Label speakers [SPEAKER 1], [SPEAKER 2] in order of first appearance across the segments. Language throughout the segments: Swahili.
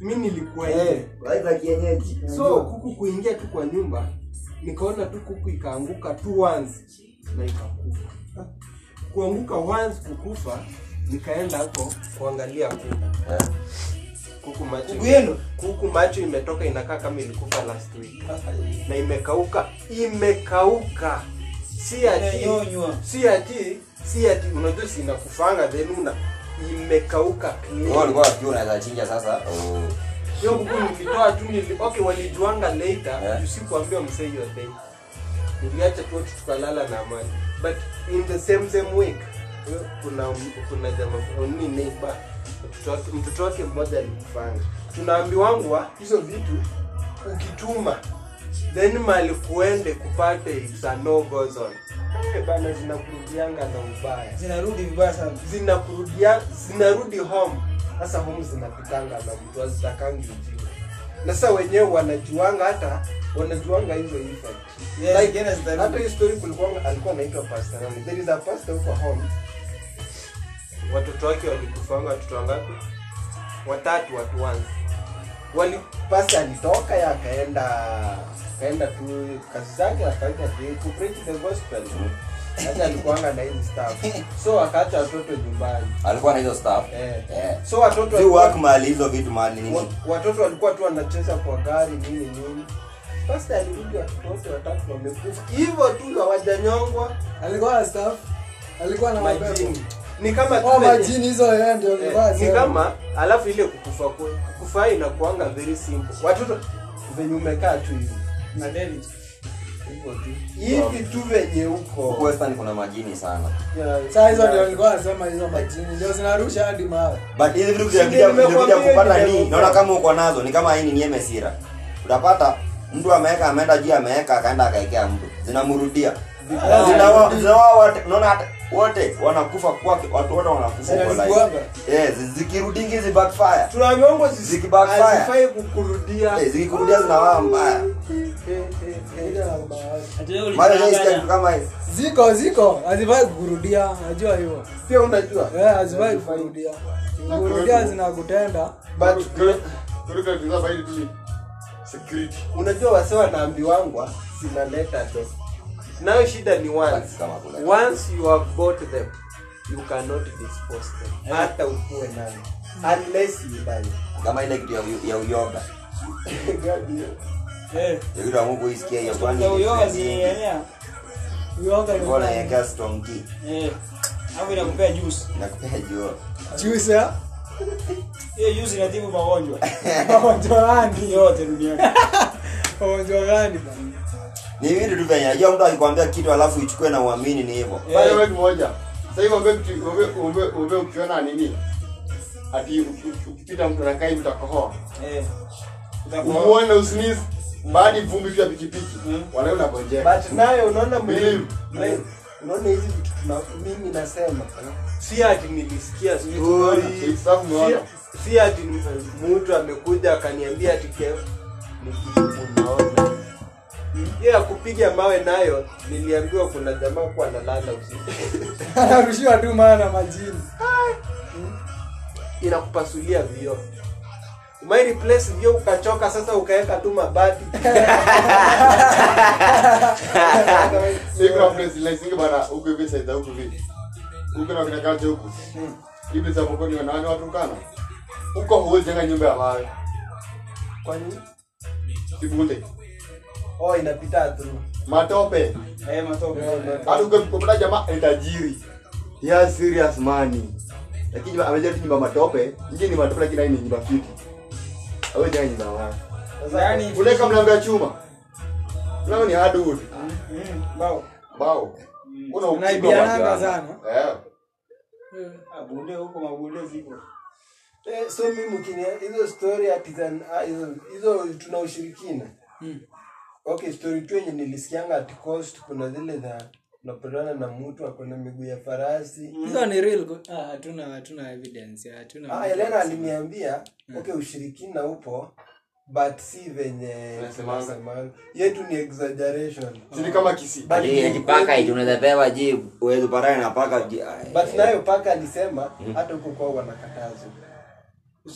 [SPEAKER 1] mi nilikuwa
[SPEAKER 2] Eh,
[SPEAKER 1] ile
[SPEAKER 2] waeza kienyeji
[SPEAKER 1] so kuku kuingia tu kwa nyumba nikaona tu kuku ikaanguka tu once na ikakufa kuanguka once kukufa nikaenda huko kuangalia kuku
[SPEAKER 2] Eh.
[SPEAKER 1] kuku macho
[SPEAKER 3] Kuku yenu?
[SPEAKER 1] kuku macho imetoka inakaa kama ilikufa last week na imekauka imekauka si ati
[SPEAKER 3] Imenyonywa.
[SPEAKER 1] si ati si ati unajua si inakufanga then una imekauka clean.
[SPEAKER 2] Wewe ulikuwa unafikiri unaweza chinja sasa oh.
[SPEAKER 1] hiyo kuku nilitoa tu nili okay walijuanga later
[SPEAKER 2] Eh.
[SPEAKER 1] yeah. usikuambia msee hiyo thing niliacha tu watu tukalala na amani but in the same same week huyo kuna kuna jamaa ni neighbor mtoto wake mtoto wake mmoja alikufanga tunaambiwangwa hizo vitu ukituma then mali kuende kupate it's a no go zone Eh, bana zinakurudianga na ubaya
[SPEAKER 3] zinarudi vibaya sana
[SPEAKER 1] zinakurudia zinarudi home sasa home zinapitanga na mtu azitakangi ujinga na sasa wenyewe wanajuanga hata wanajuanga hizo effect
[SPEAKER 3] Yes,
[SPEAKER 1] Like,
[SPEAKER 3] tena zitarudi.
[SPEAKER 1] hata hiyo story kulikuwa alikuwa anaitwa pastor nani there is a pastor huko home watoto wake walikufanga watoto wangapi watatu watu wanzi wali pasi alitoka ya akaenda akaenda tu kazi zake akaenda kupreach the gospel sasa alikuanga na hizi staff so akaacha watoto nyumbani
[SPEAKER 2] alikuwa na hizo staff
[SPEAKER 1] Eh.
[SPEAKER 2] Eh.
[SPEAKER 1] so watoto
[SPEAKER 2] si
[SPEAKER 1] walikuwa-
[SPEAKER 2] work mali hizo vitu mali nini
[SPEAKER 1] wa- watoto walikuwa tu wanacheza kwa gari nini nini basi alirudi watoto wote watatu wamekufa hivyo tu hawajanyongwa
[SPEAKER 4] alikuwa na staff alikuwa na mapepo
[SPEAKER 1] majini ni kama tu
[SPEAKER 4] oh,
[SPEAKER 1] venye-
[SPEAKER 4] majini hizo yeye ndio alivaa
[SPEAKER 1] Eh, ni
[SPEAKER 4] sana.
[SPEAKER 1] kama alafu ile kukufa kwe- kukufa inakuanga very simple watoto venye umekaa tu hivi
[SPEAKER 3] na David
[SPEAKER 1] hivyo tu hivi tu venye
[SPEAKER 2] huku
[SPEAKER 1] huko
[SPEAKER 2] western kuna majini sana
[SPEAKER 1] Ya-
[SPEAKER 4] saa hizo ndio
[SPEAKER 1] ya-
[SPEAKER 4] alikuwa anasema hizo majini ndio zinarusha hadi mawe
[SPEAKER 2] but hizi vitu
[SPEAKER 1] Sisi
[SPEAKER 2] vinakuja vinakuja
[SPEAKER 1] nimekwambia
[SPEAKER 2] kupata ni
[SPEAKER 1] nimekufa.
[SPEAKER 2] naona kama uko nazo ni kama hii ni nieme sira utapata mtu ameweka ameenda juu ameweka akaenda akaekea mtu Eh, zinamrudia Zinawa- zinawa wote unaona hata wote wanakufa kwake watu wote wanakufa kwa
[SPEAKER 4] Zinazikuanga.
[SPEAKER 2] line. Eh, zi- zikirudingi hizi backfire
[SPEAKER 1] tunaambiwangwa
[SPEAKER 2] Zikibackfire.
[SPEAKER 1] hazifai kukurudia
[SPEAKER 2] Eh, zikikurudia zinawaa mbaya
[SPEAKER 1] Eh, eh,
[SPEAKER 4] Ile
[SPEAKER 1] eh.
[SPEAKER 4] la mawe.
[SPEAKER 2] mara hiyo isikia kitu kama hizi
[SPEAKER 4] ziko ziko hazifai kukurudia najua hivyo
[SPEAKER 1] pia unajua
[SPEAKER 4] Eh, hazifai kukurudia kurudia zinakutenda
[SPEAKER 1] but
[SPEAKER 5] security
[SPEAKER 1] unajua wase wanaambiwangwa zinaleta do nayo shida ni once
[SPEAKER 2] Kama kuna-
[SPEAKER 1] once you have bought them you cannot dispose them hata ukue nayo unless you die
[SPEAKER 2] kama ile kitu ya u- ya uyoga
[SPEAKER 3] eh
[SPEAKER 2] Ya kitu ya Mungu isikia hiyo kwani
[SPEAKER 3] kwa hiyo
[SPEAKER 2] ni-
[SPEAKER 3] azienea
[SPEAKER 4] uyoga ni
[SPEAKER 2] Bora yawekea strong key
[SPEAKER 3] eh hapo inakupea juice
[SPEAKER 2] na kupea jua
[SPEAKER 4] juice ya
[SPEAKER 3] hiyo juice inatibu magonjwa
[SPEAKER 4] magonjwa gani
[SPEAKER 3] yote duniani
[SPEAKER 4] magonjwa gani bana?
[SPEAKER 2] ni vitu tu venye najua mtu akikwambia kitu alafu ichukue na uamini ni hivyo
[SPEAKER 5] Bale wewe kimoja. Sasa hivi ombe kitu- ombe ombe ombe ukiona nini? Ati uki- uki- ukipita mtu anakaa hivi utakohoa.
[SPEAKER 3] eh utakuwa
[SPEAKER 5] Umuone usiniz baada vumbi vya pikipiki. Wala unagonjeka.
[SPEAKER 1] but nayo unaona mimi
[SPEAKER 5] Believe.
[SPEAKER 1] mimi- unaona hizi vitu tuna mimi nasema si ati nilisikia sijui
[SPEAKER 5] Unaona?
[SPEAKER 1] tunaona.
[SPEAKER 5] Safu umeona?
[SPEAKER 1] Si- si ati m- mtu amekuja akaniambia ati keo ni kitu unaona hiyo ya kupiga mawe nayo niliambiwa kuna jamaa kuwa analala usiku
[SPEAKER 4] anarushiwa tu maana na majini
[SPEAKER 1] inakupasulia vioo umai replace vioo ukachoka sasa ukaweka tu mabati
[SPEAKER 5] Sasa kuna place like singe bana huko hivi sasa huko hivi. Huko na kina kaje huko. Hivi za mkoni wanawake watu kana. Huko huwezi jenga nyumba ya mawe.
[SPEAKER 1] kwani
[SPEAKER 5] Kibunde.
[SPEAKER 1] oh inapita through
[SPEAKER 5] Matope.
[SPEAKER 3] eh matope
[SPEAKER 5] Hadi ukimkopa jamaa ni tajiri. Ya serious money. Lakini amejaribu nyumba matope, nje ni matope lakini hii ni nyumba fiti. Awe jana nyumba wa.
[SPEAKER 3] Sasa yaani, yani
[SPEAKER 5] Ule kama mlango ya chuma. Mlango ni hardwood.
[SPEAKER 3] mm, bao
[SPEAKER 5] Bao. Una ukiwa
[SPEAKER 2] Unaibia.
[SPEAKER 4] naibiananga sana
[SPEAKER 5] Eh.
[SPEAKER 3] abunde Ah, huko mabunde ziko
[SPEAKER 1] eh, so mimi ukinia hizo story ati za ah, hizo hizo tuna ushirikina okay story tu yenye nilisikianga at coast kuna zile za unapatana na mtu akona miguu ya farasi
[SPEAKER 4] hizo ni real go- ah, hatuna hatuna evidence hatuna
[SPEAKER 1] Ah, Elena aliniambia okay, ushirikina upo but si venye
[SPEAKER 5] Unasemanga.
[SPEAKER 1] tunasemanga. yetu ni exaggeration
[SPEAKER 5] Sisi kama kisi.
[SPEAKER 1] But
[SPEAKER 2] Hii eti paka eti unaweza pewa jibu uwezi upatane na paka ji-
[SPEAKER 1] but nayo paka alisema hata huko kwao wanakatazwa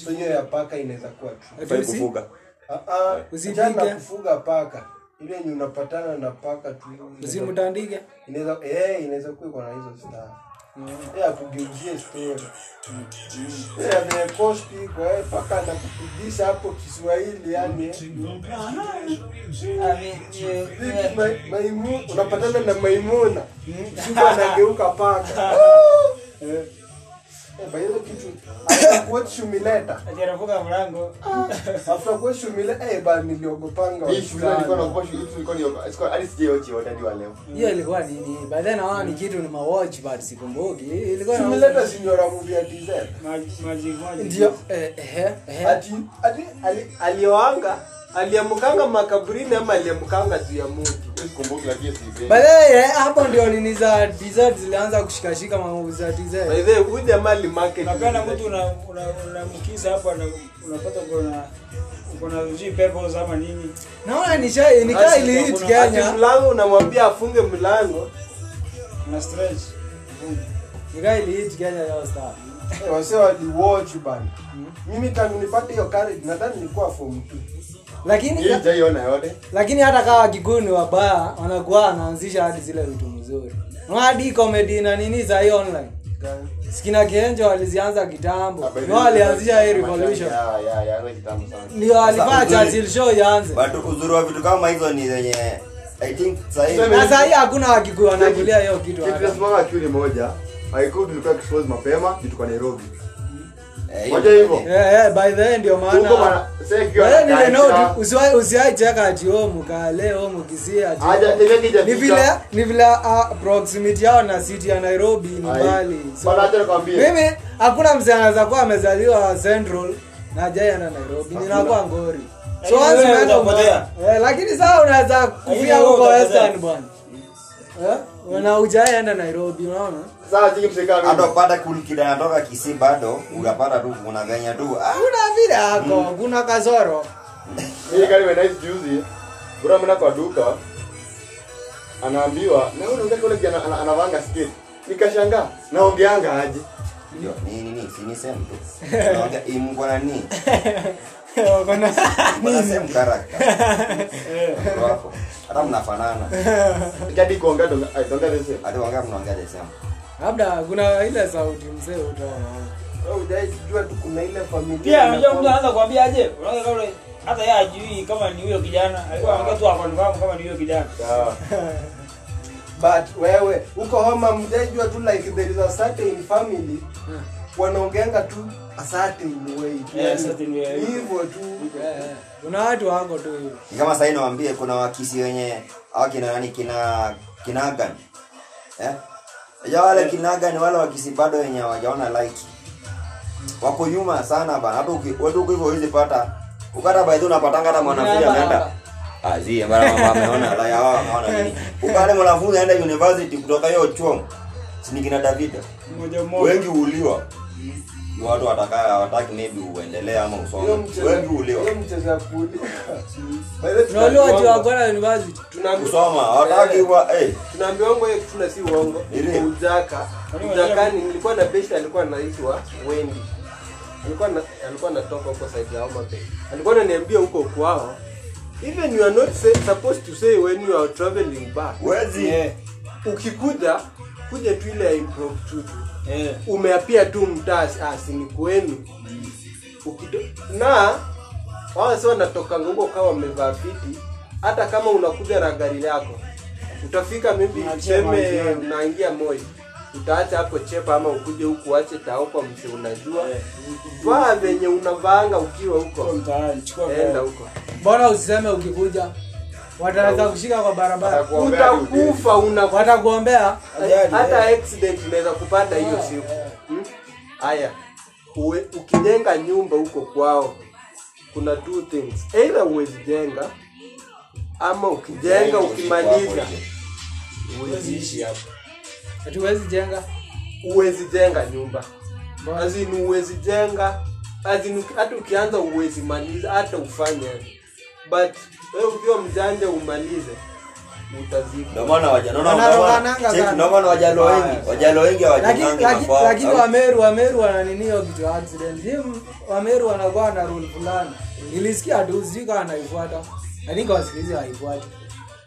[SPEAKER 1] so hiyo ya paka inaweza kuwa true.
[SPEAKER 4] Ati
[SPEAKER 2] Fai
[SPEAKER 4] usi-
[SPEAKER 2] eh, kufuga
[SPEAKER 1] Ah, ah,
[SPEAKER 4] Usipige.
[SPEAKER 1] achana na kufuga paka ile yenye unapatana na paka tu inaweza-
[SPEAKER 4] usimtandike
[SPEAKER 1] inaweza eh, inaweza kuwa iko na hizo staa ya kugeuzie story Mm. Eh, ya vile kosti kwa yeye eh, paka anakupigisha hapo Kiswahili yani eh. Vipi, ma- maimu unapatana na maimuna shuka anageuka paka Eh. Eh, by hiyo kitu after kuwatch humileta
[SPEAKER 3] Ajarafuka mlango.
[SPEAKER 1] after kuwatch humileta eh ba niliogopanga
[SPEAKER 5] Hii shule nilikuwa
[SPEAKER 1] wasichana.
[SPEAKER 5] naogopa shule yetu ilikuwa ni sikuwa hadi sijaiochi hadi wa leo.
[SPEAKER 1] Mm.
[SPEAKER 4] hiyo ilikuwa nini baadaye naona ni kitu ni mawatch but sikumbuki ilikuwa na-
[SPEAKER 1] humileta sinyora movie ya dessert
[SPEAKER 3] Maji maji maji.
[SPEAKER 4] ndio eh, ehe, ehe.
[SPEAKER 1] ati ati ali- alioanga aliamkanga makaburini ama aliamkanga juu ya muti
[SPEAKER 5] Sikumbuki lakini si bei.
[SPEAKER 4] baadaye eh, hapo ndio nini za dessert zilianza kushikashika mambo za dessert
[SPEAKER 1] baidhe huja mali market
[SPEAKER 3] Unapenda mtu una- una- unamkiza hapo na unapata uko na uko na sijui pebbles ama nini.
[SPEAKER 4] naona nisha nikaa
[SPEAKER 3] Asi-
[SPEAKER 4] ilihit
[SPEAKER 3] kuna-
[SPEAKER 1] ati
[SPEAKER 4] Kenya
[SPEAKER 1] mlango unamwambia afunge mlango
[SPEAKER 3] Una stretch.
[SPEAKER 4] nikaa ilihit Kenya hiyo star
[SPEAKER 1] Eh, wase waliwatch bana mimi tangu nipate hiyo carriage nadhani nilikuwa form two.
[SPEAKER 4] lakini
[SPEAKER 5] Hii jaiona yote.
[SPEAKER 4] lakini hata kawa kikundi wabaya wanakuwa wanaanzisha hadi zile vitu mzuri Na hadi comedy na nini za hii online sikina kenjo walizianza
[SPEAKER 1] Ah,
[SPEAKER 4] kitambo ni wao walianzisha hii revolution
[SPEAKER 5] Ya ya ya ile kitambo sana.
[SPEAKER 4] ndio alifaa
[SPEAKER 2] Sasa,
[SPEAKER 4] Churchill show ianze
[SPEAKER 2] but uzuri wa vitu kama hizo ni zenye i think sahii
[SPEAKER 5] Tuseme-
[SPEAKER 4] na saa hii hakuna wakikuyu wanakulia hiyo kitu
[SPEAKER 5] Kitu
[SPEAKER 4] hata.
[SPEAKER 5] nasimama kiu ni moja. Haikuwa tulikuwa expose mapema kitu kwa Nairobi.
[SPEAKER 2] eh,
[SPEAKER 5] Wacha hivyo.
[SPEAKER 4] Eh, eh, by the way ndio
[SPEAKER 5] Huko
[SPEAKER 4] maana
[SPEAKER 5] bana sasa kiu
[SPEAKER 4] Eh, nile
[SPEAKER 5] anakaa.
[SPEAKER 4] note, usiwahi- usiwahi cheka ati omu kale omu Kisii, ati
[SPEAKER 5] Haja
[SPEAKER 4] omu.
[SPEAKER 5] tena kija.
[SPEAKER 4] ni vile ni vile ah, proximity yao na city ya nairobi ni
[SPEAKER 5] Ai.
[SPEAKER 4] mbali so,
[SPEAKER 5] Bana acha nikwambie.
[SPEAKER 4] mimi hakuna mzee anaweza kuwa amezaliwa central na hajaienda nairobi ninakuwa ngori so
[SPEAKER 3] Lakini
[SPEAKER 4] once
[SPEAKER 3] wewe
[SPEAKER 4] unaenda
[SPEAKER 3] utapotea.
[SPEAKER 4] umbali- Eh, lakini saa unaweza kufia
[SPEAKER 3] wewe
[SPEAKER 4] huko
[SPEAKER 3] utapotea.
[SPEAKER 4] western bwana Eh, na hujaenda nairobi unaona
[SPEAKER 5] Sasa jingi msekana.
[SPEAKER 2] hata upata kulkida natoka kisi bado unapata tu kuna venye tu ah,
[SPEAKER 4] kuna vile hako kuna kazoro
[SPEAKER 5] Hii gari imeenda hizi juzi. Bora mna kwa duka. Anaambiwa, na wewe unataka yule kijana ana- anavanga skate. Nikashangaa, naongeanga aje?
[SPEAKER 2] ndio ni nini si ni same tu Unaongea, hii mko na nini mko na same character Ndio hapo hata mnafanana
[SPEAKER 5] Jadi kuongea ndo ai ndo sasa.
[SPEAKER 2] hata wanga mnaongea the same
[SPEAKER 4] labda kuna ile sauti mzee utaona
[SPEAKER 1] Wewe hujawahi kujua Eh, tu kuna ile familia
[SPEAKER 3] Pia unajua mtu
[SPEAKER 1] inakuwa-
[SPEAKER 3] anaanza kuambia aje? Unaanza kama ule- hata yeye ajui kama ni huyo kijana. Alikuwa anaongea tu akonfahamu kama ni huyo kijana.
[SPEAKER 5] Ah.
[SPEAKER 1] but wewe huko homa mjajua tu like there is a certain family wanaongeanga tu a certain way tu.
[SPEAKER 3] Yeah,
[SPEAKER 1] Yani,
[SPEAKER 3] certain way.
[SPEAKER 1] hivyo tu
[SPEAKER 4] Eh, kuna watu wako tu hivyo
[SPEAKER 2] Ni kama sahii nawambie kuna wakisi wenye au kina nani kina kinagan eh? ja wale kinagan wale wakisi bado wenye wajaona like wako nyuma sana bana hata uki- wewe tu uko hivyo huwezi pata ukata baidhi unapatanga hata mwanafunzi
[SPEAKER 4] Unaona
[SPEAKER 2] ameenda
[SPEAKER 4] baba.
[SPEAKER 2] Ah, zie mara mama ameona la ya wao ameona nini ukale mwanafunzi aenda university kutoka hiyo chuo sini kina davida
[SPEAKER 3] Mmoja mmoja.
[SPEAKER 2] wengi huuliwa Ni watu wataka hawataki maybe uendelee ama
[SPEAKER 1] hiyo
[SPEAKER 2] usome
[SPEAKER 1] mchezo
[SPEAKER 2] wengi huuliwa
[SPEAKER 1] hiyo mchezo ya kuuliwa By the way,
[SPEAKER 4] unaliwa juu ya
[SPEAKER 1] tunaambiwanga-
[SPEAKER 4] kwenda university
[SPEAKER 1] tunaambi-
[SPEAKER 2] kusoma hawataki wa eh
[SPEAKER 1] tunaambiwanga hiyo kitu na si uongo
[SPEAKER 2] Ili.
[SPEAKER 1] ujaka ujakani nilikuwa na besti alikuwa anaitwa wendi alikuwa na, alikuwa anatoka huko side ya Homabay alikuwa ananiambia huko kwao even you are not say, supposed to say when you are traveling back
[SPEAKER 2] wezi
[SPEAKER 3] Eh,
[SPEAKER 1] ukikuja kuja tu ile ya impromptu tu
[SPEAKER 3] eh.
[SPEAKER 1] umeapia tu mtaa asini kwenu Ukido- na wao sio wanatoka nguko kama wamevaa fiti hata kama unakuja na gari lako utafika mimi
[SPEAKER 3] Unaachia
[SPEAKER 1] tuseme
[SPEAKER 3] maji.
[SPEAKER 1] unaingia moyo utaacha hapo chepa ama ukuje huku ache taopa mse unajua
[SPEAKER 3] Eh.
[SPEAKER 1] vaa venye unavaanga ukiwa
[SPEAKER 3] Chukua
[SPEAKER 1] huko
[SPEAKER 3] mtaani, chukua
[SPEAKER 1] enda
[SPEAKER 3] mtaani.
[SPEAKER 1] huko
[SPEAKER 4] mbona usiseme ukikuja wataweza kushika kwa barabara
[SPEAKER 5] Watakuombea hadi ufike.
[SPEAKER 1] utakufa unakufa
[SPEAKER 4] watakuombea
[SPEAKER 3] Ajali,
[SPEAKER 1] hata
[SPEAKER 3] eh.
[SPEAKER 1] accident inaweza kupata hiyo siku Hmm? haya uwe- ukijenga nyumba huko kwao kuna two things either huwezi jenga ama ukijenga
[SPEAKER 2] Yaani
[SPEAKER 1] ukimaliza huweziishi hapo
[SPEAKER 4] hatuwezi jenga
[SPEAKER 1] huwezi jenga nyumba
[SPEAKER 4] Mbona?
[SPEAKER 1] azini huwezi jenga azini hata ukianza huwezi maliza hata ufanye but wewe ukiwa mjanja umalize
[SPEAKER 2] Ndio
[SPEAKER 1] utazikwa
[SPEAKER 2] maana waja- naona-
[SPEAKER 4] Wanarogananga
[SPEAKER 2] naona- check,
[SPEAKER 4] sana.
[SPEAKER 2] ndio maana wajalo wengi wajalo wengi
[SPEAKER 4] lakini
[SPEAKER 2] hawajengangi
[SPEAKER 4] lakini-
[SPEAKER 2] mapao.
[SPEAKER 4] lakini wameru wameru wananini hiyo kitu ya accident Hii m- wameru wanakuwa na rule fulani nilisikia tu sijui kama naifuata lakini kwa wasikilizi haifuati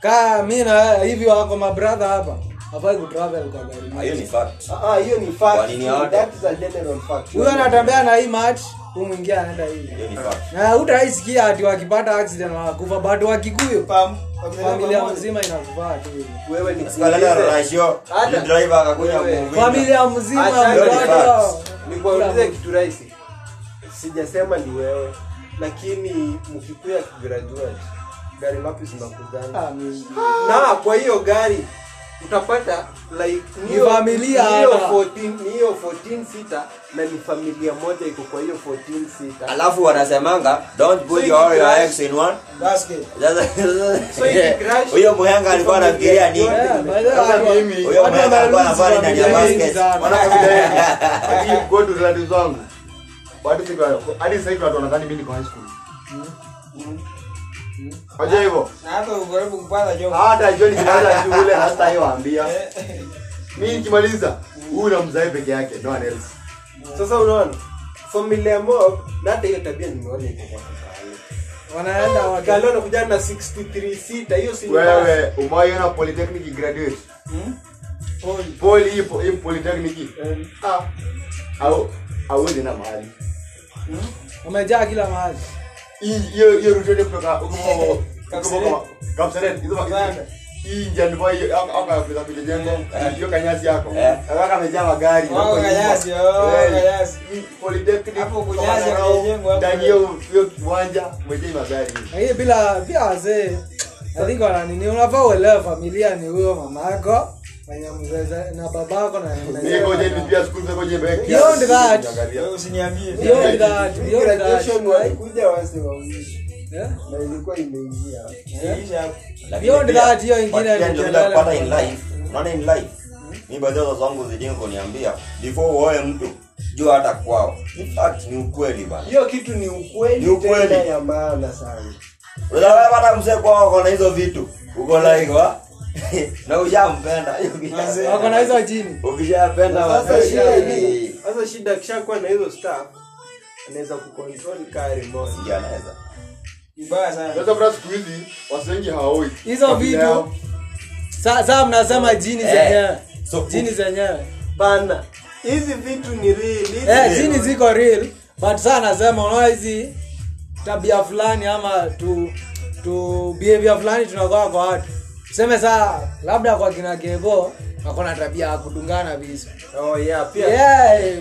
[SPEAKER 4] kaa mi na hivi wako mabradha hapa hafai kutravel kwa gari
[SPEAKER 2] Ah, hiyo
[SPEAKER 4] moja.
[SPEAKER 2] ni fact
[SPEAKER 1] Ah, ah, hiyo ni
[SPEAKER 2] Kwa
[SPEAKER 1] fact
[SPEAKER 2] nini hawata?
[SPEAKER 1] that is a general fact
[SPEAKER 4] huyo anatembea na hii match huyu mwingine anaenda hivi
[SPEAKER 2] hiyo ni fact
[SPEAKER 4] na hutaisikia ati wakipata accident wanakufa bado wakikuyu
[SPEAKER 1] Pam-
[SPEAKER 4] familia mzima inakufaa tu hivi.
[SPEAKER 1] wewe ni
[SPEAKER 2] Siku ya leo Ronaldo,
[SPEAKER 1] Hata-
[SPEAKER 2] ni driver akakuja
[SPEAKER 1] Wewe.
[SPEAKER 2] kumwinda.
[SPEAKER 4] familia mzima
[SPEAKER 1] Acha
[SPEAKER 2] Hiyo ni
[SPEAKER 4] bado
[SPEAKER 2] fact.
[SPEAKER 1] nikuaulize kitu rahisi sijasema ni wewe lakini mkikuya kigraduate gari ngapi zinakuzana
[SPEAKER 4] Ah, mimi.
[SPEAKER 1] na kwa hiyo gari utapata like
[SPEAKER 4] Ni
[SPEAKER 1] Nio-
[SPEAKER 4] familia
[SPEAKER 1] Nio
[SPEAKER 4] hata.
[SPEAKER 1] 14 Nio 14 sita na ni familia moja iko kwa hiyo 14 sita
[SPEAKER 2] alafu wanasemanga don't put
[SPEAKER 1] So
[SPEAKER 2] your all your
[SPEAKER 1] ikitrash-
[SPEAKER 2] eggs in one
[SPEAKER 3] basket
[SPEAKER 2] Sasa-
[SPEAKER 1] So ikitrash-
[SPEAKER 2] huyo mwenga alikuwa anafikiria nini
[SPEAKER 4] Yeah, by the way,
[SPEAKER 5] Sasa
[SPEAKER 4] watu-
[SPEAKER 5] mimi-
[SPEAKER 2] huyo
[SPEAKER 4] watu
[SPEAKER 2] mwenga alikuwa
[SPEAKER 4] wameruhusu
[SPEAKER 2] anafanya ndani ya
[SPEAKER 4] familia nyingi
[SPEAKER 2] basket
[SPEAKER 4] sana.
[SPEAKER 5] relatives wangu hadi siku hadi sasa hivi watu wanadhani mimi niko high school Wajua hivyo
[SPEAKER 3] na
[SPEAKER 5] Ah,
[SPEAKER 3] hata ukaribu kupata job
[SPEAKER 5] hata jioni kinaanza shule hata hiyo waambia mimi nikimaliza huyu na mzae peke yake no one else
[SPEAKER 1] sasa unaona familia mob na hata hiyo tabia nimeona iko kwa
[SPEAKER 4] wanaenda waki-
[SPEAKER 1] Kaleo nakuja na 63 sita hiyo si ni basi.
[SPEAKER 5] wewe umaiona polytechnic graduate poli ipo hii polytechnic ah au auende na mahali
[SPEAKER 4] wamejaa kila mahali
[SPEAKER 5] Hii- hiyo hiyo rutete kutoka huko huko-
[SPEAKER 3] Kapseret.
[SPEAKER 5] huko kapseret hizo
[SPEAKER 3] Kapseret.
[SPEAKER 5] magari hii janvua hiyo aka aka pesa kwenye jengo hiyo kanyasi yako
[SPEAKER 2] Eh.
[SPEAKER 5] aka amejaa magari
[SPEAKER 3] Wako
[SPEAKER 5] huko nyuma.
[SPEAKER 3] kanyasi, wao
[SPEAKER 4] Oh,
[SPEAKER 5] Eh,
[SPEAKER 3] kanyasi.
[SPEAKER 5] hii polytechnic
[SPEAKER 3] Hapo
[SPEAKER 5] kwa
[SPEAKER 3] kunyasi
[SPEAKER 5] Madarau,
[SPEAKER 3] kwenye jengo hapo.
[SPEAKER 5] ndani hiyo hiyo kiwanja mwejei magari
[SPEAKER 4] Na hii bila pia wazee aliko nanini unafaa uelewe familia ni huyo mamako mwenye mzee na babako na
[SPEAKER 5] nikoje nipia school zako je mbele
[SPEAKER 1] Eh.
[SPEAKER 5] kiasi.
[SPEAKER 4] Beyond that.
[SPEAKER 5] Angalia.
[SPEAKER 3] Wewe usiniambie
[SPEAKER 4] Beyond that, beyond that,
[SPEAKER 1] Graduation
[SPEAKER 4] right?
[SPEAKER 1] walikuja wase wawili
[SPEAKER 4] Eh?
[SPEAKER 1] na ilikuwa imeingia
[SPEAKER 3] Nilisha hapo.
[SPEAKER 2] Lakini
[SPEAKER 4] Beyond
[SPEAKER 2] pia,
[SPEAKER 4] that, hiyo ingine
[SPEAKER 2] but pia
[SPEAKER 4] ni
[SPEAKER 2] ndio
[SPEAKER 4] kelele
[SPEAKER 2] tunapata in
[SPEAKER 4] kwa-
[SPEAKER 2] life. Unaona in life. Mimi baadhi ya wazazi wangu zidingo kuniambia before uoe mtu jua hata kwao. In fact ni ukweli bana.
[SPEAKER 1] hiyo kitu ni ukweli
[SPEAKER 2] Ni ukweli.
[SPEAKER 1] tena ya maana sana
[SPEAKER 2] Unaweza pata mzee kwao uko na hizo vitu. Uko like wa na ushampenda.
[SPEAKER 3] Manze,
[SPEAKER 4] wako na hizo chini
[SPEAKER 2] Ukishapenda
[SPEAKER 1] sasa
[SPEAKER 2] manze,
[SPEAKER 1] shida
[SPEAKER 2] eh,
[SPEAKER 1] ni sasa shida kishakuwa na hizo staff anaweza kucontrol kari moja
[SPEAKER 2] ndio anaweza.
[SPEAKER 3] Vibaya sana.
[SPEAKER 5] sasa kuna siku hizi wase wengi hawaoi
[SPEAKER 4] Hizo
[SPEAKER 5] Kabila
[SPEAKER 4] vitu.
[SPEAKER 5] yao.
[SPEAKER 4] Sa- saa mnasema jini
[SPEAKER 2] Eh.
[SPEAKER 4] zenyewe
[SPEAKER 2] So,
[SPEAKER 4] jini zenyewe
[SPEAKER 1] bana hizi vitu ni real hizi
[SPEAKER 4] eh, jini ziko real but saa nasema unaona hizi tabia fulani ama tu tu behavior fulani tunakuwa kwa watu tuseme saa labda kwa kina kevo akona tabia ya kudungana visu
[SPEAKER 1] oh yeah pia
[SPEAKER 4] yeah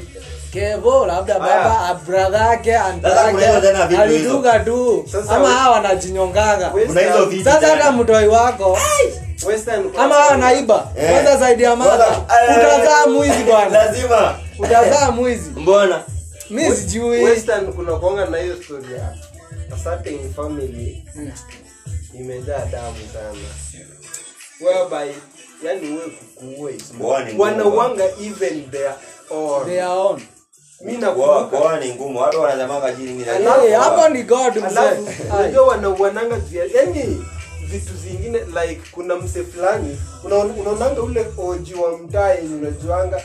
[SPEAKER 4] kevo labda baba brother yake
[SPEAKER 2] Sasa kuna hizo tena vitu
[SPEAKER 4] aliduga tu
[SPEAKER 1] Sasa
[SPEAKER 4] ama
[SPEAKER 1] we-
[SPEAKER 4] hawa wanajinyongaga
[SPEAKER 1] Western-
[SPEAKER 2] Kuna hizo vitu.
[SPEAKER 4] sasa
[SPEAKER 2] tena.
[SPEAKER 4] hata mtoi wako
[SPEAKER 1] western
[SPEAKER 4] ama hawa naiba
[SPEAKER 2] Eh.
[SPEAKER 4] kwanza zaidi ya mara
[SPEAKER 2] Kwanza- eh,
[SPEAKER 4] utazaa mwizi bwana
[SPEAKER 2] Lazima.
[SPEAKER 4] utazaa mwizi
[SPEAKER 2] Mbona?
[SPEAKER 4] mi sijui
[SPEAKER 1] western kuna kuanga na hiyo story ya a certain family imejaa damu sana whereby yani wewe kukuue is more.
[SPEAKER 2] Kuoa ni ngumu.
[SPEAKER 1] wanawanga even their own
[SPEAKER 4] They are on.
[SPEAKER 1] mimi
[SPEAKER 2] Kuoa
[SPEAKER 1] nakumbuka
[SPEAKER 2] kuoa ni ngumu. Watu wanasemanga jini mimi.
[SPEAKER 1] Alafu-
[SPEAKER 4] Eh, hapo ni god
[SPEAKER 1] alafu
[SPEAKER 4] mzee
[SPEAKER 1] unajua wanauananga yani vitu zingine like kuna mse fulani unaon- unaonanga ule oji wa mtaa yenye unajuanga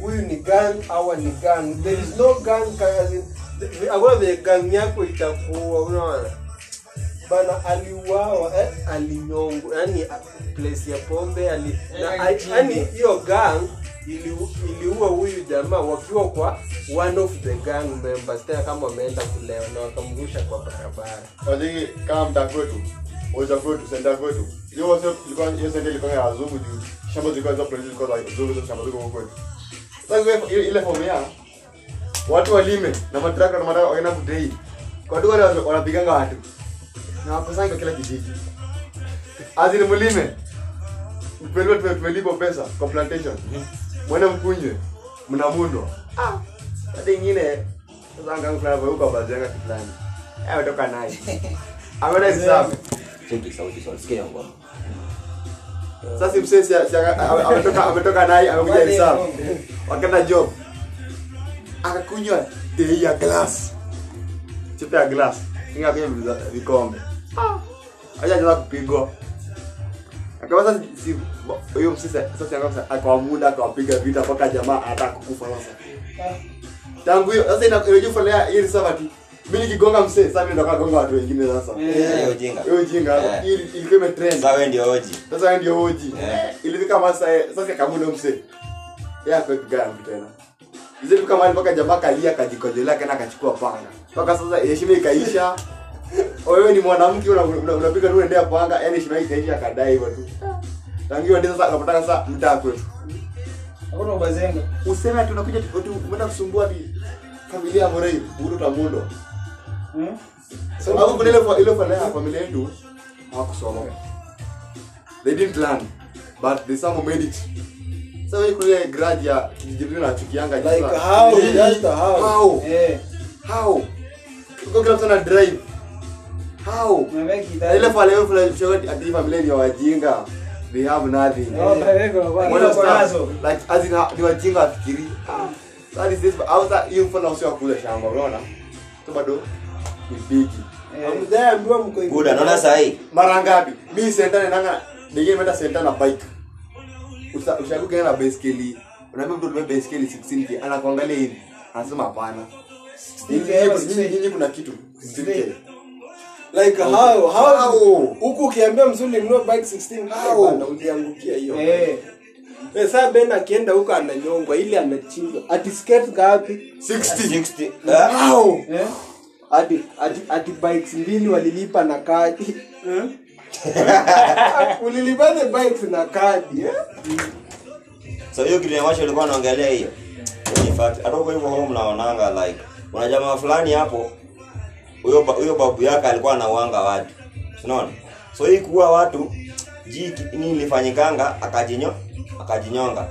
[SPEAKER 1] huyu ni gang awa ni gang there is no gang ka- as in, the- hakuna vile gang yako itakuwa unaona bana aliuawa eh, alinyongwa yani place ya pombe ali na
[SPEAKER 3] Eh,
[SPEAKER 1] yani hiyo gang iliu- iliua huyu jamaa wakiwa kwa one of the gang members tena kama wameenda kulewa na wakamrusha kwa barabara
[SPEAKER 5] wazee kama mtaa kwetu waweza kwetu senda kwetu hiyo wazee ilikuwa hiyo senda ilikuwa ya wazungu juu shamba zilikuwa za polisi zilikuwa za wazungu zote shamba ziko huko kwetu sasa hiyo ile- ile fomu ya watu walime na matraka na matraka wakaenda kudei kwa watu wale wana- wanapiganga watu na wakosanga kila kijiji azini mlime mpelwa tumelipo pesa kwa plantation mwende mkunywe mnamundwa ah hadi ingine sasa ngangu fulani ameuka baadhi yanga kiplani ametoka naye ameona exam
[SPEAKER 2] Cheki sauti sauti. Sikia yangu.
[SPEAKER 5] sasa msee si- si- ame- ametoka ametoka naye amekuja
[SPEAKER 3] Wale
[SPEAKER 5] exam
[SPEAKER 3] ng'ombe.
[SPEAKER 5] wakaenda job akakunywa tei ya glass chupa ya glass ingakunywa vikombe ajaanza kupigwa Akawa sasa si bo- huyo msisi sasa akawa akawamunda akawapiga vita mpaka jamaa anataka kukufa sasa. Tangu hiyo sasa ina- inajua falea hii sasa ati mimi nikigonga msee sasa mimi ndo kagonga watu wengine sasa.
[SPEAKER 2] Hiyo ujinga.
[SPEAKER 5] Hiyo jinga
[SPEAKER 2] Eh.
[SPEAKER 5] ilikuwa imetrend.
[SPEAKER 2] Sasa wewe ndio hoji.
[SPEAKER 5] Sasa wewe ndio hoji.
[SPEAKER 2] Eh.
[SPEAKER 5] Ilifika masa sasa kamuna mse. Yeye akapigana mtu tena. Zile tu kama mpaka jamaa kalia kajikojolea kana akachukua panga. Mpaka sasa heshima ikaisha. Wewe ni mwanamke una- una- unapiga tu endea panga, yani heshima ikaisha akadai hivyo tu. Tangiwa ndio sasa unapotaka sasa mtaa kwetu.
[SPEAKER 3] hakuna ubazenga
[SPEAKER 5] Useme ati unakuja tu ati umeenda kusumbua ati familia ya Morei, Budo Tamundo.
[SPEAKER 3] Hmm?
[SPEAKER 5] Sababu kuna ile fa- ile familia ya familia yetu hawakusoma. They didn't learn but they somehow made it. Sasa hiyo kuna ile grad ya kijijini na chukianga
[SPEAKER 6] Like how? Just how?
[SPEAKER 5] How?
[SPEAKER 3] Eh,
[SPEAKER 5] How? Kwa kila mtu ana drive. How?
[SPEAKER 3] umeweka
[SPEAKER 5] Na
[SPEAKER 3] kitabu.
[SPEAKER 5] ile familia yetu fulani shogoti ati hii familia ni ya wajinga. They have nothing.
[SPEAKER 3] Oh, bazenga wabaya.
[SPEAKER 5] Mwana
[SPEAKER 3] Wako
[SPEAKER 5] star,
[SPEAKER 3] nazo.
[SPEAKER 5] like as in ha- ni wajinga wafikiri. Ah, that is this au sasa hiyo mfano usio wa kuuza shamba unaona? Tu bado ni bigi.
[SPEAKER 3] Eh,
[SPEAKER 6] Mzaambiwa mko hivi.
[SPEAKER 2] Buda, naona saa hii.
[SPEAKER 5] mara ngapi mi senta nenanga degine menda senta na bike ushakugana na baiskeli unaambia mtu utume baiskeli 16k anakuangalia hivi anasema hapana Nyinyi- nyinyi nyinyi kuna kitu 16K.
[SPEAKER 6] Like how? How?
[SPEAKER 5] How?
[SPEAKER 6] Huku ukiambia msuli mnua bike 16
[SPEAKER 5] How?
[SPEAKER 6] bana uliangukia hiyo.
[SPEAKER 3] eh,
[SPEAKER 6] Eh, Sasa Ben akienda huko ananyongwa ili anachinjwa. Ati skate ngapi?
[SPEAKER 5] 60
[SPEAKER 2] 60. Ah,
[SPEAKER 6] How?
[SPEAKER 3] eh.
[SPEAKER 6] Ati ati ati bikes mbili walilipa na kadi.
[SPEAKER 1] Eh?
[SPEAKER 6] Ulilipa the bikes na kadi. eh?
[SPEAKER 2] So hiyo kitu ambacho ulikuwa unaongelea hiyo. In fact, hata huko hivyo huko mnaonanga like kuna jamaa fulani hapo huyo ba- huyo babu yake alikuwa anauanga watu. Unaona? So hii kuua watu jiki ni ilifanyikanga akajinyo akajinyonga.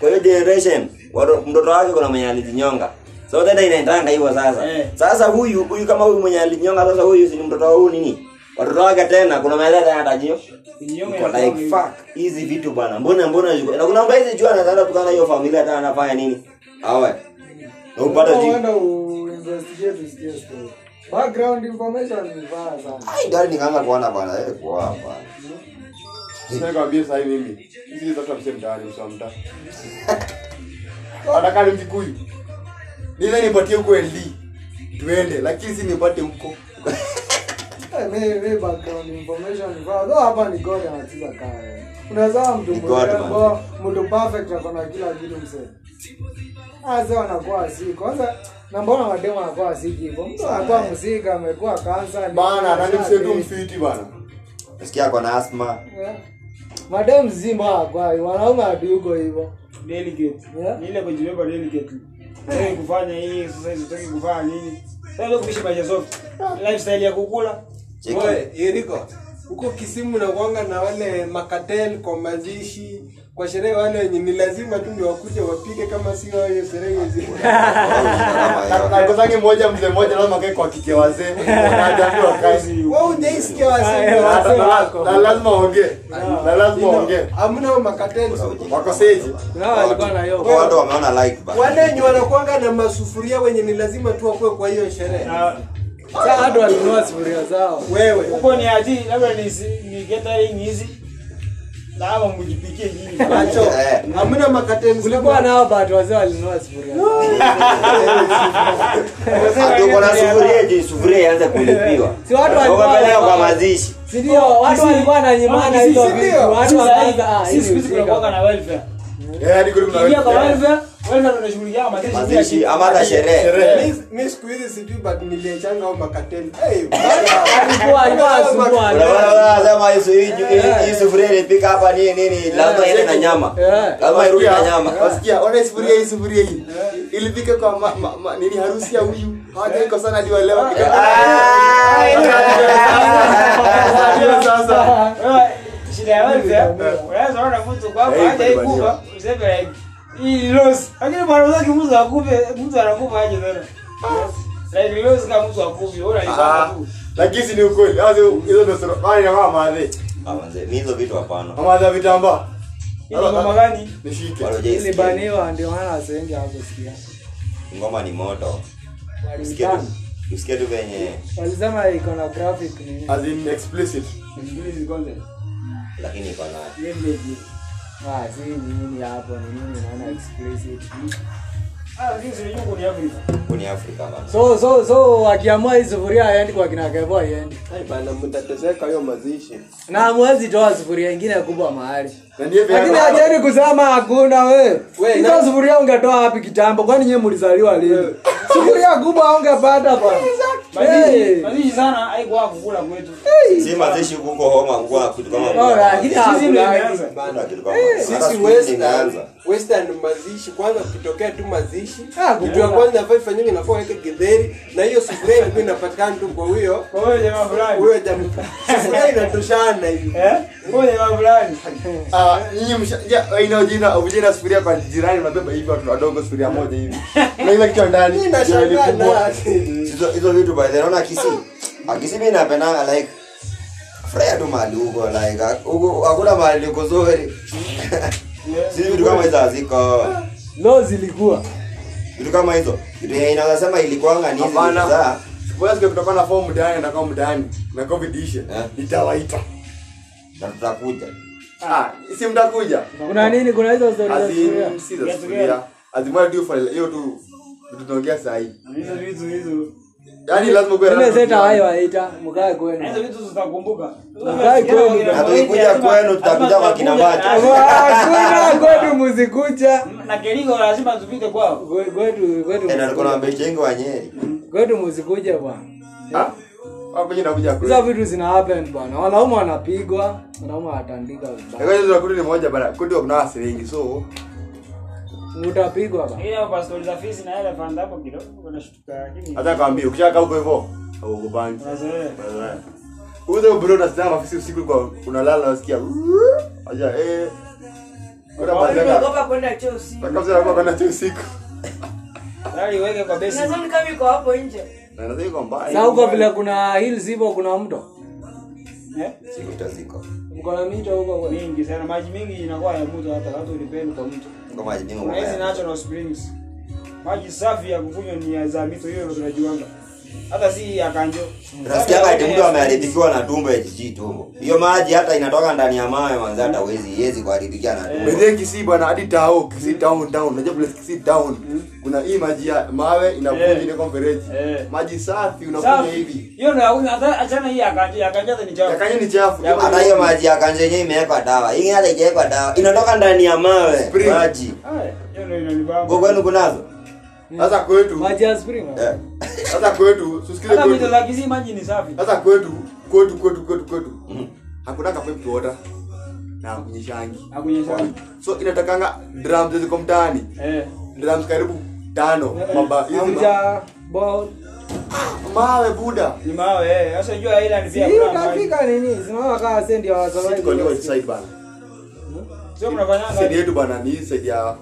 [SPEAKER 2] Kwa hiyo generation waro- mtoto wake kuna mwenye alijinyonga. So tena inaendanga hivyo sasa.
[SPEAKER 3] Eh.
[SPEAKER 2] Sasa huyu huyu kama huyu mwenye alijinyonga sasa huyu si ni mtoto wa huyu nini? Watoto wake tena kuna mwenye tena atajio
[SPEAKER 3] Kinyonge
[SPEAKER 2] Niko
[SPEAKER 3] inakuwa
[SPEAKER 2] like
[SPEAKER 3] hivi.
[SPEAKER 2] fuck hizi vitu bana mbona mbona jua na kuna mtu hizi jua anaanza tukana hiyo familia hata anafanya nini awe na upata ji
[SPEAKER 4] Unaenda uinvestigate usikie story. Background information ni mbaya sana.
[SPEAKER 2] ai gari nikaanza kuona bana eh kwa hapa
[SPEAKER 5] Nikwambie sasa hivi mimi sisi ni watu wa msee mtaani msee wa mtaa Wanataka ni mkikuyu niza nipatie huko LD tuende lakini si nipate huko
[SPEAKER 4] Eh, mi- mi background information ni mbaya. Though hapa ni God anacheza kaya. Unazaa mtu
[SPEAKER 2] Ni God,
[SPEAKER 4] mrembo, mtu perfect akona kila kitu msee. Ah, sasa anakuwa si kwanza na mbona mademu anakuwa si hivyo? Mtu anakuwa mzika, amekuwa kansa. ni-
[SPEAKER 5] bana nani msee tu
[SPEAKER 4] Eh.
[SPEAKER 5] mfiti bana
[SPEAKER 2] nasikia kona asma
[SPEAKER 4] Yeah. Eh? Mademu zimba wakwai, wanaume hatuko hivyo.
[SPEAKER 3] Delicate.
[SPEAKER 4] Yeah.
[SPEAKER 3] Ni ile kujibeba delicate. Sitaki kufanya hii exercise, sitaki kufanya nini. Sasa ndio kuishi maisha soft. Lifestyle ya kukula.
[SPEAKER 2] Cheki.
[SPEAKER 1] Oe, Iriko, huko Kisimu nakuanga na wale makatel kwa mazishi, kwa sherehe wale wenye ni lazima tu ndio wakuje wapige, kama sio wao hiyo sherehe hizi.
[SPEAKER 5] nakozangi moja mzee moja lazima kae kwa kike wazee Wanajambiwa kazi.
[SPEAKER 1] Wewe hujaisikia
[SPEAKER 4] Ah, yeah.
[SPEAKER 1] wasema
[SPEAKER 5] Na- na- na lazima waongee na lazima waongee
[SPEAKER 1] hamna hao makatel sio?
[SPEAKER 5] wakoseji
[SPEAKER 4] Kuna walikuwa na hiyo.
[SPEAKER 2] kwa watu wameona like
[SPEAKER 1] wale
[SPEAKER 2] bana
[SPEAKER 1] wenye wanakuanga na masufuria wenye ni lazima tu wakuwe kwa hiyo sherehe.
[SPEAKER 3] Na
[SPEAKER 4] Sasa watu walinunua sufuria zao.
[SPEAKER 1] Wewe
[SPEAKER 3] huko ni aji, labda nisi- niketa hii nizi. Na hawa mjipikie nyinyi.
[SPEAKER 1] macho,
[SPEAKER 2] Eh.
[SPEAKER 1] hamna makatel
[SPEAKER 4] Kulikuwa nao but wazee walinunua sufuria. zao.
[SPEAKER 2] Ati uko na sufuria je sufuria ianze kulipiwa
[SPEAKER 4] Si watu walikuwa-
[SPEAKER 2] wamepeleka kwa mazishi
[SPEAKER 4] Si ndio? Oh, Watu walikuwa na nyimana hizo vitu. Watu wakaanza ah, hii
[SPEAKER 3] Sisi
[SPEAKER 4] ni
[SPEAKER 3] sisi tunakuwa na
[SPEAKER 4] uzinga.
[SPEAKER 3] welfare.
[SPEAKER 5] Eh, hadi kule kuna
[SPEAKER 3] Ingia kwa
[SPEAKER 5] wengine.
[SPEAKER 3] welfare, welfare tunashughulikia mazishi.
[SPEAKER 2] mazishi ama hata sherehe
[SPEAKER 3] Eh.
[SPEAKER 5] sherehe
[SPEAKER 1] Mi- mi siku hizi sijui but niliachanga au makatel. Hey,
[SPEAKER 4] Alikuwa alikuwa asubuhi.
[SPEAKER 2] Unaona wewe unasema hizo hii hii- hii sufuria ilipika hapa nini nini lazima iende na nyama
[SPEAKER 4] Eh, Eh.
[SPEAKER 2] lazima irudi na
[SPEAKER 5] Wasikia-
[SPEAKER 2] nyama
[SPEAKER 5] wasikia ona hii sufuria hii sufuria hii ilifika kwa ma, ma, ma, nini harusi ya huyu hawajaiko sana hadi walewa
[SPEAKER 2] Ah.
[SPEAKER 4] Eh.
[SPEAKER 5] sasa
[SPEAKER 3] Wewe, shida ya welfare, unaweza ona mtu kwako
[SPEAKER 5] Eh,
[SPEAKER 3] haja hii
[SPEAKER 5] kubaliwa.
[SPEAKER 3] kufa, useme like, hii loss. Lakini mara zake mtu akupe, mtu anakupa aje tena. Like loss kama mtu akupe, wewe unalipata
[SPEAKER 5] Ah.
[SPEAKER 3] tu.
[SPEAKER 5] lakini si ni ukweli Hawa sio- hizo ndio sura kwani ni kama madhe
[SPEAKER 2] Ah, manze, mi hizo vitu hapana
[SPEAKER 5] madhe ya vitambaa
[SPEAKER 3] Hii ni mama gani?
[SPEAKER 5] nishike
[SPEAKER 2] Bado hujaisikia.
[SPEAKER 4] Ilibaniwa ndio maana wasee wengi hawakusikia.
[SPEAKER 2] ngoma ni moto Usikie
[SPEAKER 4] Walitana.
[SPEAKER 2] tu- usikie tu venye
[SPEAKER 4] Walisema iko na graphic nini.
[SPEAKER 5] as in explicit
[SPEAKER 3] Mzuri ni content.
[SPEAKER 2] lakini iko nayo
[SPEAKER 4] Ah, si ni nini hapo ni nini naona explicit.
[SPEAKER 3] Ah, sisi tunajua kuni Afrika.
[SPEAKER 2] kuni afrika bana
[SPEAKER 4] So so so akiamua hii sufuria aendi kwa kina Kevo aendi.
[SPEAKER 6] Ai bana mtateseka hiyo mazishi.
[SPEAKER 4] Na mwezi toa sufuria ingine kubwa mahali.
[SPEAKER 5] Na ndiye vile-
[SPEAKER 4] Lakini acheni kusema hakuna we.
[SPEAKER 6] We,
[SPEAKER 4] Hizo
[SPEAKER 6] na-
[SPEAKER 4] sufuria ungetoa wapi kitambo? Kwani nyinyi mlizaliwa lini? Sufuria kubwa ungepata bana.
[SPEAKER 3] Mazishi,
[SPEAKER 4] Hey.
[SPEAKER 3] mazishi sana haikuwa kukula kwetu.
[SPEAKER 2] si mazishi huku huko homa huko kitu kama
[SPEAKER 4] Oh, lakini
[SPEAKER 3] Sisi ndio
[SPEAKER 4] hakuna.
[SPEAKER 3] imeanza.
[SPEAKER 2] Hakuna
[SPEAKER 6] Bana.
[SPEAKER 2] kitu kama
[SPEAKER 4] Eh.
[SPEAKER 2] hiyo. Hata
[SPEAKER 6] Sisi
[SPEAKER 2] siku hizi
[SPEAKER 6] western,
[SPEAKER 2] imeanza.
[SPEAKER 6] western mazishi kwanza ukitokea tu mazishi.
[SPEAKER 4] Ah,
[SPEAKER 6] Kitu ya kwanza inafaa ifanyike inafaa weke githeri na hiyo sufuria ilikuwa inapatikana tu kwa huyo
[SPEAKER 3] Kwa hiyo jamaa fulani.
[SPEAKER 6] huyo jamaa. Sufuria inatoshana hivi.
[SPEAKER 3] Eh? Kwa hiyo jamaa fulani.
[SPEAKER 5] Ah, nyinyi msha ja ina jina ujina sufuria kwa jirani unabeba hivi watu wadogo sufuria moja hivi. Na ile kichwa ndani. Yaani
[SPEAKER 6] Mimi
[SPEAKER 5] kichwa ile
[SPEAKER 6] nashangaa
[SPEAKER 5] kubwa.
[SPEAKER 6] na
[SPEAKER 2] hizo hizo vitu by the naona kisi akisi mimi napendanga like freya tu mahali huko like huko hakuna mahali uko zuri si vitu kama hizo haziko
[SPEAKER 4] Lo zilikuwa.
[SPEAKER 2] vitu kama hizo vitu yenye inaweza sema ilikuanga ni hizi
[SPEAKER 5] Hapana.
[SPEAKER 2] vitu za
[SPEAKER 5] Wewe sio kutoka na form ndani na kwa ndani na covid ishe.
[SPEAKER 2] Eh.
[SPEAKER 5] Nitawaita.
[SPEAKER 2] na tutakuja
[SPEAKER 5] Ah, si mtakuja.
[SPEAKER 4] Kuna nini? Kuna hizo story za sufuria.
[SPEAKER 5] Azim si za sufuria. Azim wewe tu fanya hiyo tu vitu tunaongea saa hii.
[SPEAKER 3] Hizo vitu hizo.
[SPEAKER 5] Yaani lazima kuwe
[SPEAKER 4] Ile zeta wayo waita mkae kwenu.
[SPEAKER 3] Na hizo vitu tutakumbuka.
[SPEAKER 4] Mkae kwenu.
[SPEAKER 2] Na tukikuja kwenu, tutakuja kwa kina Macho.
[SPEAKER 4] Hakuna kwetu muzikucha.
[SPEAKER 3] Na Keringo lazima tupite kwao.
[SPEAKER 4] Kwe- Kwetu kwetu
[SPEAKER 2] tena tuko na
[SPEAKER 4] muzikucha.
[SPEAKER 2] mbechengi wa Nyeri
[SPEAKER 4] kwetu muzikucha bwana.
[SPEAKER 5] Ah? Wapo jina kuja kule.
[SPEAKER 4] Hizo vitu zina happen bwana. Wanaume wanapigwa, wanaume wanatandika vibaya.
[SPEAKER 5] Kwa hiyo kuna kundi ni moja bana. Kundi kuna wasi wengi so
[SPEAKER 4] Utapigwa bwana.
[SPEAKER 3] Ile hapo pastori za fisi na elephant hapo kidogo unashtuka lakini
[SPEAKER 5] hata kaambia ukishaka huko hivyo haugobangi.
[SPEAKER 3] unazoea.
[SPEAKER 5] Uze bro na sana ofisi usiku kwa unalala unasikia. Aja eh. Kuna bazanga.
[SPEAKER 7] Niogopa kwenda choo usiku.
[SPEAKER 5] Kama sana kwa kana tu usiku.
[SPEAKER 3] Tayari weke kwa besi.
[SPEAKER 7] Nadhani kama iko hapo nje.
[SPEAKER 5] Na ndio iko mbaya.
[SPEAKER 4] Sasa huko vile kuna hills hivyo kuna mto.
[SPEAKER 3] Eh?
[SPEAKER 2] sikuta ziko
[SPEAKER 4] Mko na mito huko kwa.
[SPEAKER 3] Mingi sana maji mingi inakuwa ya mtu hata hata ulipenda kwa mtu.
[SPEAKER 2] kwa majini
[SPEAKER 3] Kuna hizi
[SPEAKER 2] mbaya
[SPEAKER 3] natural springs. Maji safi ya kukunywa ni ya za mito hiyo ndio tunajuanga. Hata si ya kanjo.
[SPEAKER 2] nasikianga ati mtu ameharibikiwa na tumbo ya jijii tumbo hiyo maji hata inatoka ndani ya mawe manzi hata uwezi iwezi kuharibikia na tumbo
[SPEAKER 5] Mwenye Kisii bwana hadi tao, Kisii down down. Unajua place Kisii down. Kuna hii maji ya mawe inakuja
[SPEAKER 3] Eh.
[SPEAKER 5] ile kwa mfereji.
[SPEAKER 3] Eh.
[SPEAKER 5] Maji safi unakunywa
[SPEAKER 3] Safi.
[SPEAKER 5] hivi.
[SPEAKER 3] Hiyo ndio hauna- hata achana hii ya kanjo, ya kanjo hata ni chafu.
[SPEAKER 5] Yakanye ni chafu.
[SPEAKER 3] Ya
[SPEAKER 2] hata hiyo maji ya kanje yenyewe imewekwa dawa hii hata ijawekwa dawa inatoka ndani ya mawe
[SPEAKER 5] Spring.
[SPEAKER 2] maji
[SPEAKER 3] Haya, hiyo ndio inanibamba.
[SPEAKER 2] huko kwenu kunazo
[SPEAKER 5] Sasa kwetu,
[SPEAKER 4] Maji ya spring. bwana.
[SPEAKER 2] Eh,
[SPEAKER 5] sasa kwetu, tusikize
[SPEAKER 3] Hata mito
[SPEAKER 5] kwetu.
[SPEAKER 3] za Kisii maji ni safi.
[SPEAKER 5] Sasa kwetu, kwetu, kwetu, kwetu, kwetu. Hakuna kafe kuota na kunyeshangi.
[SPEAKER 3] Hakunyesha.
[SPEAKER 5] So inatakanga drums ziko mtaani.
[SPEAKER 3] Eh.
[SPEAKER 5] Drums karibu tano. Eh, Mamba hizi ma-
[SPEAKER 4] Hamja bo.
[SPEAKER 5] mawe buda.
[SPEAKER 3] Ni mawe eh. Sasa jua ile ni pia
[SPEAKER 4] Hii
[SPEAKER 3] kuna maji.
[SPEAKER 4] utafika nini? Simama kama sendi ya
[SPEAKER 5] Sisi tuko leo
[SPEAKER 4] wazawaji.
[SPEAKER 5] side bana.
[SPEAKER 3] Sio mnafanya
[SPEAKER 5] Side
[SPEAKER 3] ngapi?
[SPEAKER 5] yetu bana ni hii side ya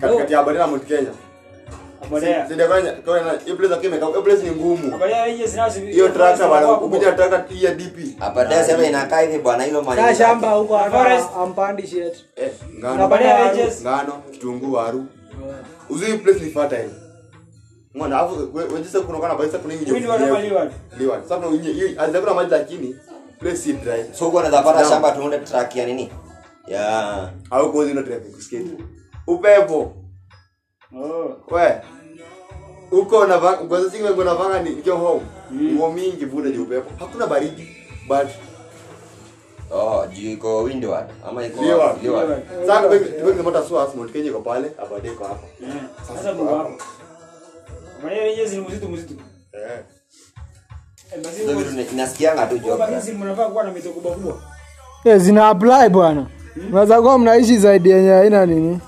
[SPEAKER 5] katikati ya Aberdeen na Mount Kenya.
[SPEAKER 3] Abadea.
[SPEAKER 5] Side ya Kenya, Kenya, hiyo place ya Kenya, hiyo place ni ngumu.
[SPEAKER 3] Abadea yenyewe sinasi.
[SPEAKER 5] Hiyo tractor bana, ukuja tractor hii ya DP.
[SPEAKER 2] hapa tena sema inakaa hivi bwana hizo maji
[SPEAKER 4] Sasa
[SPEAKER 2] zake.
[SPEAKER 4] shamba huko
[SPEAKER 3] Forest.
[SPEAKER 4] hata ampandi shit.
[SPEAKER 5] Eh, ngano.
[SPEAKER 3] Abadea yenyewe.
[SPEAKER 5] Ngano, kitunguu, waru. Uzuri place ni fertile. Mwana afu wajisa kuna kana baisa kuna inje.
[SPEAKER 3] Wini wanama liwa.
[SPEAKER 5] Liwa. Sasa kuna inje, hii azakuna maji lakini place si dry.
[SPEAKER 2] so huko unaweza pata
[SPEAKER 5] Naam.
[SPEAKER 2] shamba tuunde track ya nini ya
[SPEAKER 5] Au kwa zina traffic skate. Upepo.
[SPEAKER 3] Oh.
[SPEAKER 5] We. Uko na vanga, kwa sisi kwa na vanga ni ikiwa home. Nguo mingi vuda juu upepo. Hakuna baridi. But
[SPEAKER 2] oh juu iko windward ama iko
[SPEAKER 5] Leeward.
[SPEAKER 2] leeward
[SPEAKER 5] sasa kwa hivyo ndio mata swas Mount Kenya iko pale, abade iko hapa.
[SPEAKER 3] eh. Sasa mko hapo. Abadea yenyewe si mzito mzito.
[SPEAKER 5] Eh.
[SPEAKER 3] Eh, basi
[SPEAKER 2] hizo vitu ni- nasikianga tu
[SPEAKER 3] Kwa
[SPEAKER 2] jokra
[SPEAKER 3] basi mnafaa kuwa na mito kubwa kubwa.
[SPEAKER 4] Eh, Hmm? Yes, zina apply bwana. Mnaweza kuwa mnaishi zaidi yenye haina nini?